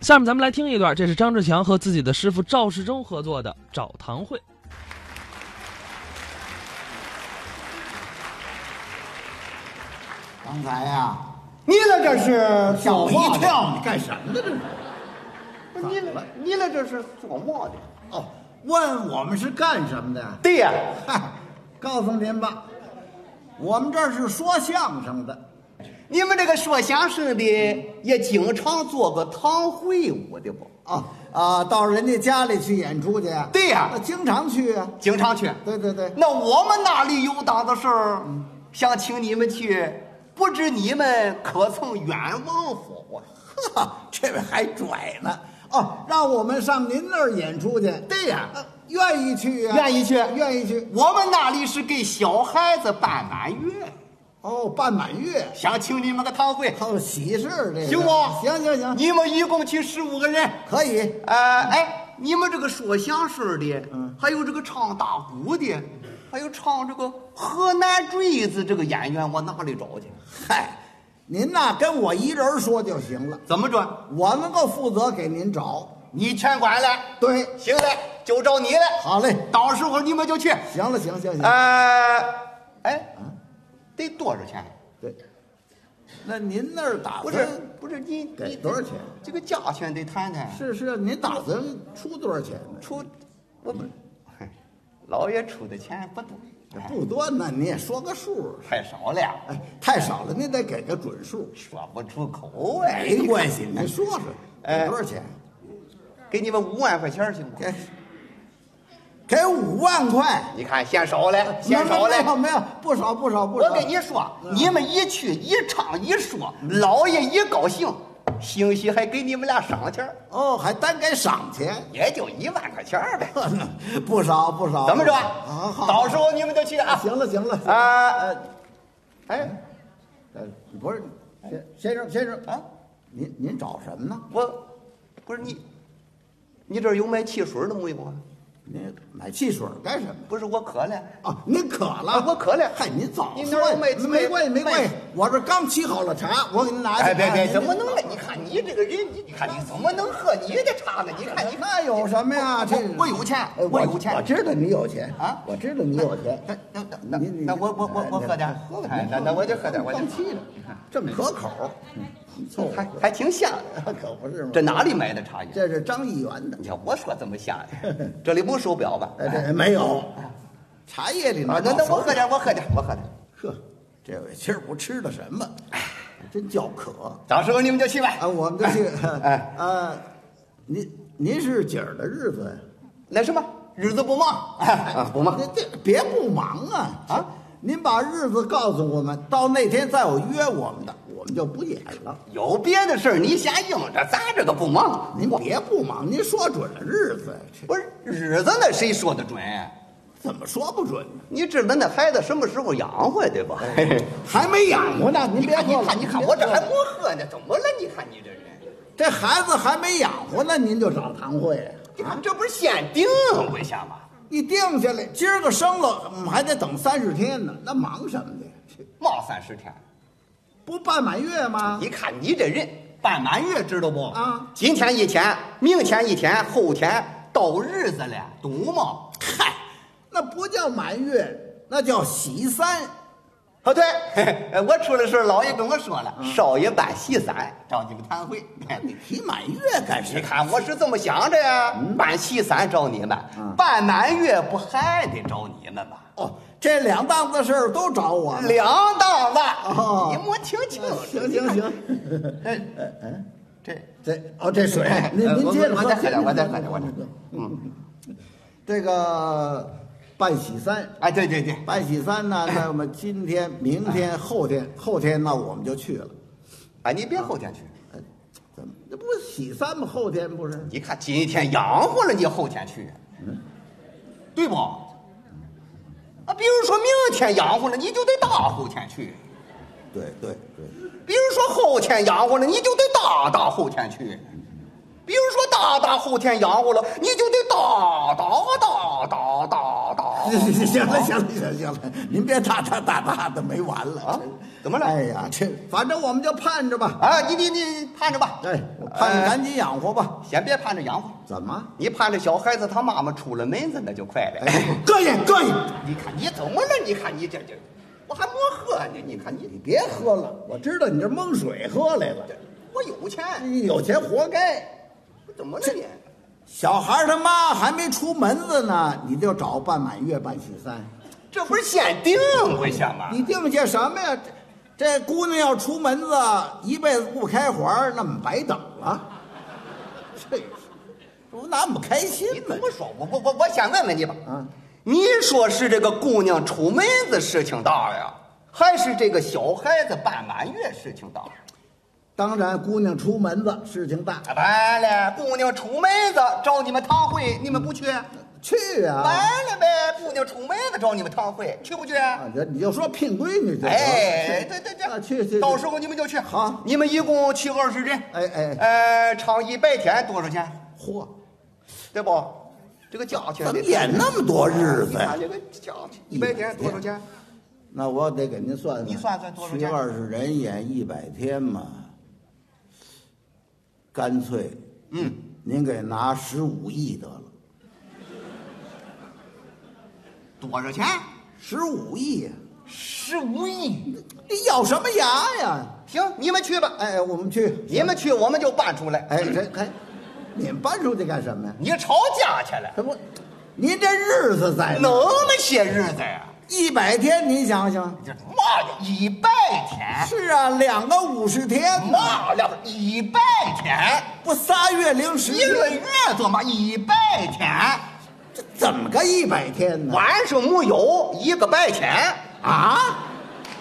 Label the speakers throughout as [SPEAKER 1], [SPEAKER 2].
[SPEAKER 1] 下面咱们来听一段，这是张志强和自己的师傅赵世忠合作的《找堂会》。
[SPEAKER 2] 刚才呀、
[SPEAKER 3] 你俩这是
[SPEAKER 2] 吓
[SPEAKER 3] 做
[SPEAKER 2] 我一
[SPEAKER 3] 嘛的？
[SPEAKER 2] 跳！你干什么呢？这是
[SPEAKER 3] 不是你
[SPEAKER 2] 怎么
[SPEAKER 3] 俩
[SPEAKER 2] 了
[SPEAKER 3] 你俩这是做嘛的？
[SPEAKER 2] 哦，问我们是干什么的？
[SPEAKER 3] 对呀、
[SPEAKER 2] 嗨，告诉您吧，我们这儿是说相声的。
[SPEAKER 3] 你们这个说相声的也经常做个堂会舞的不？
[SPEAKER 2] 啊啊，到人家家里去演出去？
[SPEAKER 3] 对呀
[SPEAKER 2] 那经常去啊。
[SPEAKER 3] 经常去。
[SPEAKER 2] 对对对，
[SPEAKER 3] 那我们哪里有档子事儿？想请你们去，不知你们可曾冤枉否啊？
[SPEAKER 2] 哈，这位还拽呢。哦，让我们上您那儿演出去。
[SPEAKER 3] 对呀
[SPEAKER 2] 啊愿意去呀、
[SPEAKER 3] 愿意去
[SPEAKER 2] 愿意去。
[SPEAKER 3] 我们那里是给小孩子办满月，
[SPEAKER 2] 哦，办满月，
[SPEAKER 3] 想请你们个堂会，
[SPEAKER 2] 还有喜事儿这个
[SPEAKER 3] 行不？
[SPEAKER 2] 行行行，
[SPEAKER 3] 你们一共去十五个人。
[SPEAKER 2] 可以。
[SPEAKER 3] 呃，哎，你们这个说相声的，
[SPEAKER 2] 嗯
[SPEAKER 3] 还有这个唱大鼓的，还有唱这个河南坠子这个演员，我哪里找去？
[SPEAKER 2] 嗨，您呐跟我一人说就行了，
[SPEAKER 3] 怎么着？
[SPEAKER 2] 我能够负责给您找。
[SPEAKER 3] 你全管来，
[SPEAKER 2] 对，
[SPEAKER 3] 行嘞，就找你了。
[SPEAKER 2] 好嘞，
[SPEAKER 3] 到时候你们就去。
[SPEAKER 2] 行了，行行行，
[SPEAKER 3] 呃，哎，
[SPEAKER 2] 嗯
[SPEAKER 3] 得多少
[SPEAKER 2] 啊
[SPEAKER 3] 钱？
[SPEAKER 2] 对。那您那儿打
[SPEAKER 3] 不
[SPEAKER 2] 算
[SPEAKER 3] 是不是，你
[SPEAKER 2] 给
[SPEAKER 3] 你
[SPEAKER 2] 多少钱？
[SPEAKER 3] 这个价钱得谈谈。
[SPEAKER 2] 是嗯是，您打算出多少钱呢？
[SPEAKER 3] 出，我不，老爷出的钱不多，哎
[SPEAKER 2] 不多呢，你也说个数。
[SPEAKER 3] 太少了呀，
[SPEAKER 2] 哎，太少了，您得给个准数。
[SPEAKER 3] 说不出口哎。
[SPEAKER 2] 没关系，您说说，
[SPEAKER 3] 哎
[SPEAKER 2] 给多少钱？
[SPEAKER 3] 给你们五万块钱行吗？
[SPEAKER 2] 给给五万块，
[SPEAKER 3] 你看嫌少了，
[SPEAKER 2] 没
[SPEAKER 3] 嫌
[SPEAKER 2] 有
[SPEAKER 3] 少
[SPEAKER 2] 没有
[SPEAKER 3] 了。
[SPEAKER 2] 没有，不少不少不少。
[SPEAKER 3] 我跟你说，你们一去一唱一说，老爷一高兴，兴许还给你们俩赏钱儿，
[SPEAKER 2] 哦，还单给赏钱，
[SPEAKER 3] 也就一万块钱儿呗。
[SPEAKER 2] 不少不少。
[SPEAKER 3] 怎么着？
[SPEAKER 2] 好好，
[SPEAKER 3] 到时候你们就去啊。
[SPEAKER 2] 行了行了，
[SPEAKER 3] 啊，呃哎，
[SPEAKER 2] 呃，不是，先先生先生
[SPEAKER 3] 啊，
[SPEAKER 2] 您您找什么呢？
[SPEAKER 3] 我不是你，你这儿有卖汽水的没有啊？
[SPEAKER 2] 您买汽水干什么？
[SPEAKER 3] 不是我渴了，
[SPEAKER 2] 啊，您渴了
[SPEAKER 3] 啊，我渴了
[SPEAKER 2] 嗨，您早
[SPEAKER 3] 您那
[SPEAKER 2] 说
[SPEAKER 3] 儿
[SPEAKER 2] 呀
[SPEAKER 3] 有卖
[SPEAKER 2] 没关系没
[SPEAKER 3] 卖
[SPEAKER 2] 关系，我这刚沏好了茶，我给您拿去。
[SPEAKER 3] 哎，别别，
[SPEAKER 2] 您
[SPEAKER 3] 怎么能呢？你看你这个人，你你看你怎么能喝你的茶呢？你看你看，
[SPEAKER 2] 那有什么呀？这
[SPEAKER 3] 我我有钱
[SPEAKER 2] 哎
[SPEAKER 3] 我有钱
[SPEAKER 2] 我知道你有钱
[SPEAKER 3] 啊
[SPEAKER 2] 我知道你有钱。
[SPEAKER 3] 那那那
[SPEAKER 2] 你你
[SPEAKER 3] 那我我我我喝点儿
[SPEAKER 2] 喝吧，
[SPEAKER 3] 哎
[SPEAKER 2] 您
[SPEAKER 3] 那那我就喝点儿我就
[SPEAKER 2] 放气了，这么可口，嗯凑合
[SPEAKER 3] 还还挺像的。
[SPEAKER 2] 可不是吗？
[SPEAKER 3] 这哪里买的茶叶？
[SPEAKER 2] 这是张议员的，
[SPEAKER 3] 你看我说怎么像的？这里不手表吧？
[SPEAKER 2] 哎，这没有，茶叶里
[SPEAKER 3] 啊
[SPEAKER 2] 哪，
[SPEAKER 3] 那那我
[SPEAKER 2] 有
[SPEAKER 3] 喝点儿，我喝点儿，我喝点儿。
[SPEAKER 2] 呵，这位今儿不吃的什么，真叫渴
[SPEAKER 3] 到时候你们就去吧。
[SPEAKER 2] 啊！我们就去，
[SPEAKER 3] 哎，
[SPEAKER 2] 啊，您您是姐儿的日子呀？
[SPEAKER 3] 那什么，日子不忙，啊不忙
[SPEAKER 2] 这。这别不忙啊
[SPEAKER 3] 啊！
[SPEAKER 2] 您把日子告诉我们，到那天再有约我们的，我们就不演了。
[SPEAKER 3] 有别的事儿你瞎应着，咱这个不忙。
[SPEAKER 2] 您别不忙，您说准了日子，这
[SPEAKER 3] 不是日子那谁说得准？啊
[SPEAKER 2] 怎么说不准呢？
[SPEAKER 3] 你知道那孩子什么时候养活对吧？
[SPEAKER 2] 哎还没养活呢，您
[SPEAKER 3] 你
[SPEAKER 2] 别
[SPEAKER 3] 看，你
[SPEAKER 2] 喝了
[SPEAKER 3] 看，你看，我这还没喝呢，怎么了？你看你这人，
[SPEAKER 2] 这孩子还没养活呢，您就找堂会啊？
[SPEAKER 3] 你看这不是限定我下吗？
[SPEAKER 2] 一定下来，今儿个生了，嗯还得等三十天呢，那忙什么的？这
[SPEAKER 3] 冒三十天，
[SPEAKER 2] 不办满月吗？
[SPEAKER 3] 你看你这人办满月知道不？
[SPEAKER 2] 啊，
[SPEAKER 3] 今天一天，明天一天，后天到日子了，懂吗？
[SPEAKER 2] 嗨，那不叫满月，那叫喜三。
[SPEAKER 3] 啊，对， 嘿嘿我出了事儿老爷跟我说
[SPEAKER 2] 嗯
[SPEAKER 3] 了，少爷办喜三，找你们谈 会。
[SPEAKER 2] 你提满月干什
[SPEAKER 3] 你
[SPEAKER 2] 么？
[SPEAKER 3] 看我是这么想着呀，
[SPEAKER 2] 嗯
[SPEAKER 3] 办喜三找你们，办满月不还得找你们吗？
[SPEAKER 2] 哦，这两档子事儿都找我了。
[SPEAKER 3] 两档子，
[SPEAKER 2] 嗯哦
[SPEAKER 3] 你摸听清楚。
[SPEAKER 2] 行行 行，
[SPEAKER 3] 哎，这
[SPEAKER 2] 这哦这水，您
[SPEAKER 3] 呃
[SPEAKER 2] 您
[SPEAKER 3] 我
[SPEAKER 2] 接着
[SPEAKER 3] 我
[SPEAKER 2] 喝，
[SPEAKER 3] 再喝点，
[SPEAKER 2] 您
[SPEAKER 3] 我再
[SPEAKER 2] 您
[SPEAKER 3] 喝点，我再
[SPEAKER 2] 您
[SPEAKER 3] 喝。嗯，
[SPEAKER 2] 这个办喜三，
[SPEAKER 3] 哎，对对对，
[SPEAKER 2] 办喜三呢，那么今天、明天、后天，后天那我们就去了。
[SPEAKER 3] 哎，你别后天去，
[SPEAKER 2] 哎怎么这不喜三吗？后天不是？
[SPEAKER 3] 你看今天养活了你，后天去，对不？啊，比如说明天养活了，你就得大后天去；
[SPEAKER 2] 对对对，
[SPEAKER 3] 比如说后天养活了，你就得大大后天去；比如说大大后天养活了，你就得大大大大大大。
[SPEAKER 2] 哦行了行了行了行了，您别大大大大的没完了哎
[SPEAKER 3] 啊怎么了
[SPEAKER 2] 哎呀，这反正我们就盼着吧。
[SPEAKER 3] 啊，你你你盼着吧。
[SPEAKER 2] 哎，我盼着赶紧养活吧。
[SPEAKER 3] 先别盼着养活，
[SPEAKER 2] 怎么？
[SPEAKER 3] 你盼着小孩子他妈妈出了门子那就快了。
[SPEAKER 2] 哎，膈应膈应！
[SPEAKER 3] 你看你怎么了？你看你这这，我还没喝呢。你看你，
[SPEAKER 2] 你别喝了，我知道你这蒙水喝来了。
[SPEAKER 3] 我有钱，
[SPEAKER 2] 哎有钱活该。
[SPEAKER 3] 我怎么了你？
[SPEAKER 2] 小孩儿他妈还没出门子呢，你就找办满月办喜三，
[SPEAKER 3] 这不是先定过去吗？
[SPEAKER 2] 你定下什么呀？这这姑娘要出门子，一辈子不开花儿，那么白等了。 这这不那么开心
[SPEAKER 3] 你
[SPEAKER 2] 吗
[SPEAKER 3] 怎？么说？我我我我先问问你吧。
[SPEAKER 2] 嗯，
[SPEAKER 3] 你说是这个姑娘出门子事情大了呀，还是这个小孩子办满月事情大？
[SPEAKER 2] 当然，姑娘出门子事情大，
[SPEAKER 3] 完了，哎姑娘出门子找你们堂会，你们不去？
[SPEAKER 2] 去啊！
[SPEAKER 3] 完了呗，姑娘出门子找你们堂会，去不去？
[SPEAKER 2] 啊，这你就说聘闺女就行了
[SPEAKER 3] 哎
[SPEAKER 2] 去，
[SPEAKER 3] 对对
[SPEAKER 2] 啊
[SPEAKER 3] 对，
[SPEAKER 2] 去去，
[SPEAKER 3] 到
[SPEAKER 2] 去
[SPEAKER 3] 时候你们就去。
[SPEAKER 2] 好
[SPEAKER 3] 你们一共去二十人。
[SPEAKER 2] 哎哎
[SPEAKER 3] 呃，唱一百天多少钱？
[SPEAKER 2] 嚯，
[SPEAKER 3] 对不？这个价钱
[SPEAKER 2] 怎
[SPEAKER 3] 得
[SPEAKER 2] 么也那么多日子
[SPEAKER 3] 你看
[SPEAKER 2] 呀？
[SPEAKER 3] 这个价钱，一百天多少钱？
[SPEAKER 2] 那我得给您算算，
[SPEAKER 3] 你算算多少
[SPEAKER 2] 去
[SPEAKER 3] 钱
[SPEAKER 2] 二十人演一百天嘛，干脆，嗯，您给拿十五亿得了，
[SPEAKER 3] 多少钱？
[SPEAKER 2] 十五亿呀，啊
[SPEAKER 3] 十五亿。
[SPEAKER 2] 你咬什么牙呀？
[SPEAKER 3] 行，你们去吧。
[SPEAKER 2] 哎，我们去，
[SPEAKER 3] 你们去，我们就搬出来。
[SPEAKER 2] 哎，这哎，你们搬出去干什么呀？
[SPEAKER 3] 你吵架去了，
[SPEAKER 2] 这不，您这日子在
[SPEAKER 3] 那么些日子呀？
[SPEAKER 2] 一百天，您想想，
[SPEAKER 3] 这嘛呀，一百天，
[SPEAKER 2] 是啊，两个五十天嘛。
[SPEAKER 3] 嘛了一百天，
[SPEAKER 2] 不仨月零十
[SPEAKER 3] 一个
[SPEAKER 2] 天，
[SPEAKER 3] 月做嘛一百天，
[SPEAKER 2] 这怎么个一百天呢？
[SPEAKER 3] 晚上没有一个白天。
[SPEAKER 2] 啊？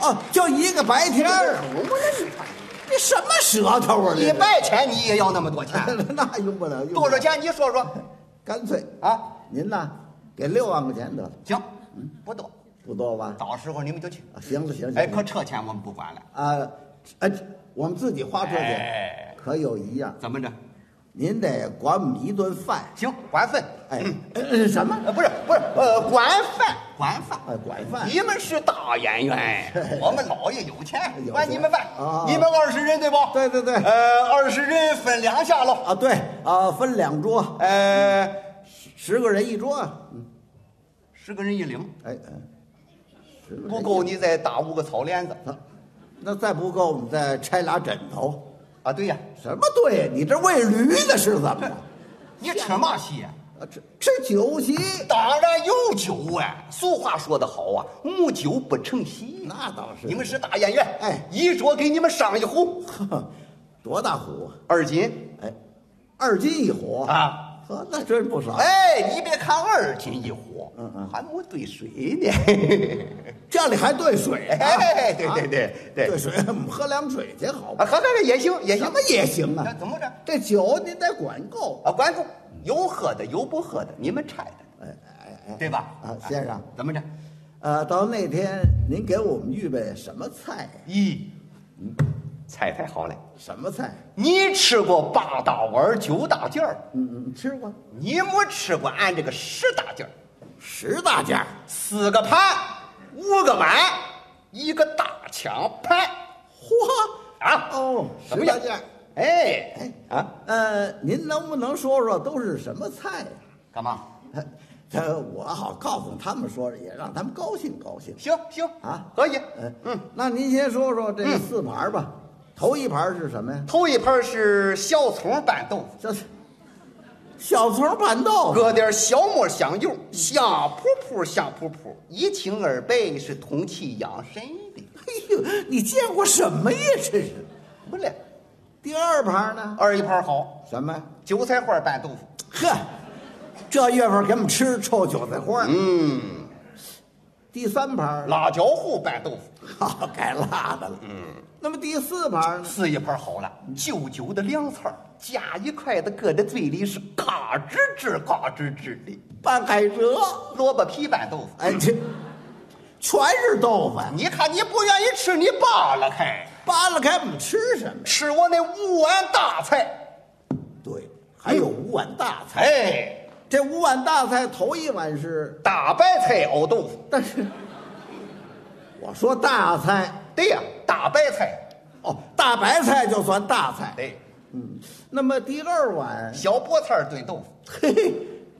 [SPEAKER 2] 哦，就一个白天儿，这什么舌头啊？
[SPEAKER 3] 一
[SPEAKER 2] 这
[SPEAKER 3] 百天你也要那么多钱？
[SPEAKER 2] 是 那用不了，用不
[SPEAKER 3] 多
[SPEAKER 2] 了
[SPEAKER 3] 少？钱？你说说
[SPEAKER 2] 干脆
[SPEAKER 3] 啊？
[SPEAKER 2] 您呐，给六万块钱得了，
[SPEAKER 3] 行，不多，
[SPEAKER 2] 不多吧？
[SPEAKER 3] 到时候你们就去。
[SPEAKER 2] 啊行了行了，
[SPEAKER 3] 哎，
[SPEAKER 2] 行
[SPEAKER 3] 可
[SPEAKER 2] 了
[SPEAKER 3] 车钱我们不管了，
[SPEAKER 2] 啊，哎，我们自己花车
[SPEAKER 3] 哎
[SPEAKER 2] 去，可有一样，
[SPEAKER 3] 怎么着？
[SPEAKER 2] 您得管我们一顿饭。
[SPEAKER 3] 行，管饭。
[SPEAKER 2] 哎
[SPEAKER 3] 嗯，
[SPEAKER 2] 呃什么？
[SPEAKER 3] 呃，不是不是，呃，管饭，管饭。
[SPEAKER 2] 哎，管饭？
[SPEAKER 3] 你们是大演 员，我们老爷有钱
[SPEAKER 2] 有，钱
[SPEAKER 3] 管你们办
[SPEAKER 2] 啊。
[SPEAKER 3] 你们二十人对不？
[SPEAKER 2] 对对对
[SPEAKER 3] 呃，二十人分两下喽。
[SPEAKER 2] 啊，对啊，分两桌，
[SPEAKER 3] 呃，
[SPEAKER 2] 十个人一桌。嗯
[SPEAKER 3] 十个人一领，
[SPEAKER 2] 哎哎，十个人
[SPEAKER 3] 不
[SPEAKER 2] 一
[SPEAKER 3] 够你再打五个草帘子
[SPEAKER 2] 那那再不够，我们再拆俩枕头。
[SPEAKER 3] 啊！对呀，
[SPEAKER 2] 什么对呀？你这喂驴的是怎么着？
[SPEAKER 3] 你吃嘛戏呀？
[SPEAKER 2] 啊，吃吃酒席，
[SPEAKER 3] 当然有酒啊！俗话说得好啊，无酒不成席。
[SPEAKER 2] 那倒是
[SPEAKER 3] 你们是大演员，
[SPEAKER 2] 哎
[SPEAKER 3] 一桌给你们上一壶
[SPEAKER 2] 呵多大壶啊？
[SPEAKER 3] 二斤。
[SPEAKER 2] 哎，二斤一壶
[SPEAKER 3] 啊！
[SPEAKER 2] 呵，那真不少。哎，
[SPEAKER 3] 哎，你别看二斤一壶，
[SPEAKER 2] 嗯嗯
[SPEAKER 3] 还没兑水呢。
[SPEAKER 2] 家里还兑水啊？
[SPEAKER 3] 哎对
[SPEAKER 2] 啊
[SPEAKER 3] 对对对
[SPEAKER 2] 兑水，我们喝凉水去 好
[SPEAKER 3] 啊，
[SPEAKER 2] 吧？
[SPEAKER 3] 喝喝喝也行，也行
[SPEAKER 2] 什。么也行
[SPEAKER 3] 那
[SPEAKER 2] 啊？
[SPEAKER 3] 怎么着？
[SPEAKER 2] 这酒您得管够。
[SPEAKER 3] 啊，管住，有喝的，有不喝的，你们拆的，
[SPEAKER 2] 哎哎哎，
[SPEAKER 3] 对吧？
[SPEAKER 2] 啊，先生，
[SPEAKER 3] 怎么着？
[SPEAKER 2] 呃，到那天您给我们预备什么菜呀？
[SPEAKER 3] 咦，嗯菜太好了。
[SPEAKER 2] 什么菜？
[SPEAKER 3] 你吃过八大碗、九大件儿，
[SPEAKER 2] 嗯嗯，吃过
[SPEAKER 3] 你没吃过俺这个十大件儿，
[SPEAKER 2] 十大件儿。
[SPEAKER 3] 四个盘，五个碗，一个大抢盘
[SPEAKER 2] 嚯
[SPEAKER 3] 啊！
[SPEAKER 2] 哦，
[SPEAKER 3] 怎么样
[SPEAKER 2] 十大件儿？
[SPEAKER 3] 哎
[SPEAKER 2] 哎
[SPEAKER 3] 啊，
[SPEAKER 2] 呃，您能不能说说都是什么菜 呀、
[SPEAKER 3] 干嘛？
[SPEAKER 2] 这我好告诉他们说，也让他们高兴高兴。
[SPEAKER 3] 行行
[SPEAKER 2] 啊
[SPEAKER 3] 可以。
[SPEAKER 2] 嗯
[SPEAKER 3] 嗯，
[SPEAKER 2] 那您先说说这四盘儿吧。头一盘儿是什么呀？
[SPEAKER 3] 头一盘是小葱拌豆腐。
[SPEAKER 2] 这是小葱拌豆腐。
[SPEAKER 3] 搁点小磨香油，
[SPEAKER 2] 嗯
[SPEAKER 3] 香扑扑，香扑扑，一清二白是通气养神的。
[SPEAKER 2] 哎呦，你见过什么呀？这是。
[SPEAKER 3] 不了，
[SPEAKER 2] 第二盘儿呢？
[SPEAKER 3] 二一盘好，
[SPEAKER 2] 什么呀？
[SPEAKER 3] 韭菜花拌豆腐。
[SPEAKER 2] 呵，这月份给我们吃臭韭菜花。嗯。第三盘儿，
[SPEAKER 3] 辣椒糊拌豆腐，
[SPEAKER 2] 好该辣的了。嗯。那么第四盘儿呢？
[SPEAKER 3] 是一盘好了，旧酒的凉菜儿夹一筷子搁在嘴里是嘎吱吱嘎吱吱的。
[SPEAKER 2] 拌海蜇。
[SPEAKER 3] 萝卜皮拌豆腐，
[SPEAKER 2] 哎，这全是豆腐，
[SPEAKER 3] 你看你不愿意吃，你扒拉开，
[SPEAKER 2] 扒拉开我们吃什么呀？
[SPEAKER 3] 吃我那五碗大菜。
[SPEAKER 2] 对，还有五碗大菜。
[SPEAKER 3] 哎，
[SPEAKER 2] 这五碗大菜头一碗是，
[SPEAKER 3] 大白菜熬豆腐，
[SPEAKER 2] 但是我说大菜
[SPEAKER 3] 对呀，大白菜，
[SPEAKER 2] 哦，大白菜就算大菜，
[SPEAKER 3] 对，
[SPEAKER 2] 嗯，那么第二碗，
[SPEAKER 3] 小菠菜儿炖豆腐，
[SPEAKER 2] 嘿嘿，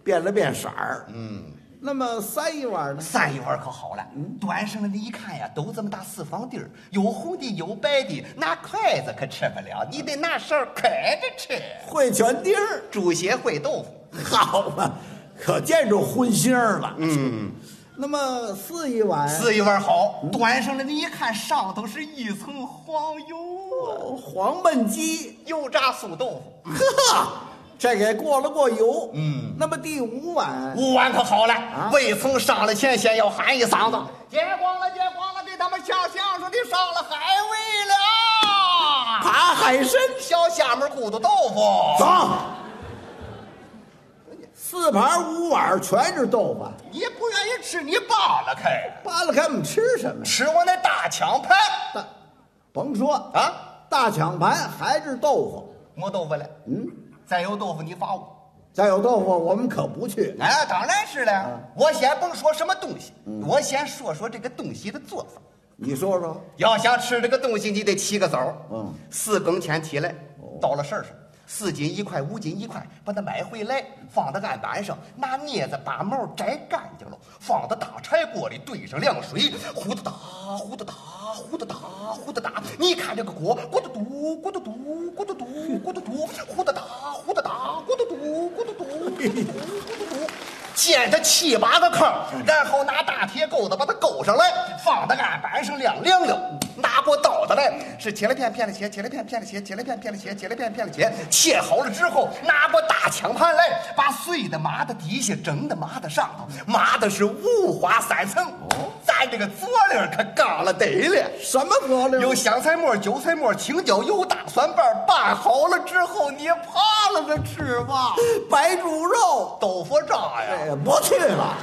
[SPEAKER 2] 变了变色儿。
[SPEAKER 3] 嗯，
[SPEAKER 2] 那么三一碗呢？
[SPEAKER 3] 三一碗可好了，端上来的一看呀，都这么大四方地儿，有红的有白的，拿筷子可吃不了，你得拿勺筷着吃。
[SPEAKER 2] 会全丁儿，
[SPEAKER 3] 猪血烩豆腐，
[SPEAKER 2] 好嘛，可见着荤腥儿了。
[SPEAKER 3] 嗯，
[SPEAKER 2] 那么四一碗，
[SPEAKER 3] 四一碗好，端上来的一看，上头是一层黄油啊，
[SPEAKER 2] 哦黄焖鸡，
[SPEAKER 3] 油炸素豆腐。
[SPEAKER 2] 呵，这给过了过油。
[SPEAKER 3] 嗯，
[SPEAKER 2] 那么第五碗，
[SPEAKER 3] 五碗可好了，未曾上了前，先要喊一嗓子：“接光了，接光了，给他们相相声的上了海味了！”
[SPEAKER 2] 爬海参，
[SPEAKER 3] 小虾米咕嘟豆腐，
[SPEAKER 2] 走。
[SPEAKER 3] 啊
[SPEAKER 2] 四盘五碗全是豆腐，
[SPEAKER 3] 你不愿意吃，你扒拉开，
[SPEAKER 2] 扒拉开我们吃什么呀？
[SPEAKER 3] 吃我那大抢盘
[SPEAKER 2] 大，甭说
[SPEAKER 3] 啊！
[SPEAKER 2] 大抢盘还是豆腐，
[SPEAKER 3] 没豆腐了，
[SPEAKER 2] 嗯，
[SPEAKER 3] 再有豆腐你罚我。
[SPEAKER 2] 再有豆腐我们可不去。
[SPEAKER 3] 啊，当然是了。我先甭说什么东西，我先说说这个东西的做法。
[SPEAKER 2] 你说说，
[SPEAKER 3] 要想吃这个东西，你得起个早，
[SPEAKER 2] 嗯，
[SPEAKER 3] 四更前起来，到了市儿上，四斤一块，五斤一块，把它买回来，放到案板上，拿镊子把毛摘干净了，放到大柴锅里兑上凉水，呼的打，呼的打，呼的打，呼的打。你看这个锅，咕嘟嘟，咕嘟嘟，咕嘟嘟，咕嘟嘟，呼的打，呼的打，咕嘟嘟，咕嘟嘟，咕嘟嘟，咕嘟嘟。建它七八个坑，然后拿大铁钩子把它勾上来，放到案板上晾晾晾。拿过刀子来，是切了片片了切，切了片片了切，切了片片了切，切了片片了切。切好了之后，拿过大枪盘来，把碎的麻的底下，整的麻的上头，麻的是五花三层。咱这个佐料可刚了得了。
[SPEAKER 2] 什么佐料？
[SPEAKER 3] 有香菜末、韭菜末、青椒油、大蒜瓣，拌好了之后，你扒拉着吃吧。
[SPEAKER 2] 白猪肉，
[SPEAKER 3] 豆腐渣呀！
[SPEAKER 2] 哎呀，不去了。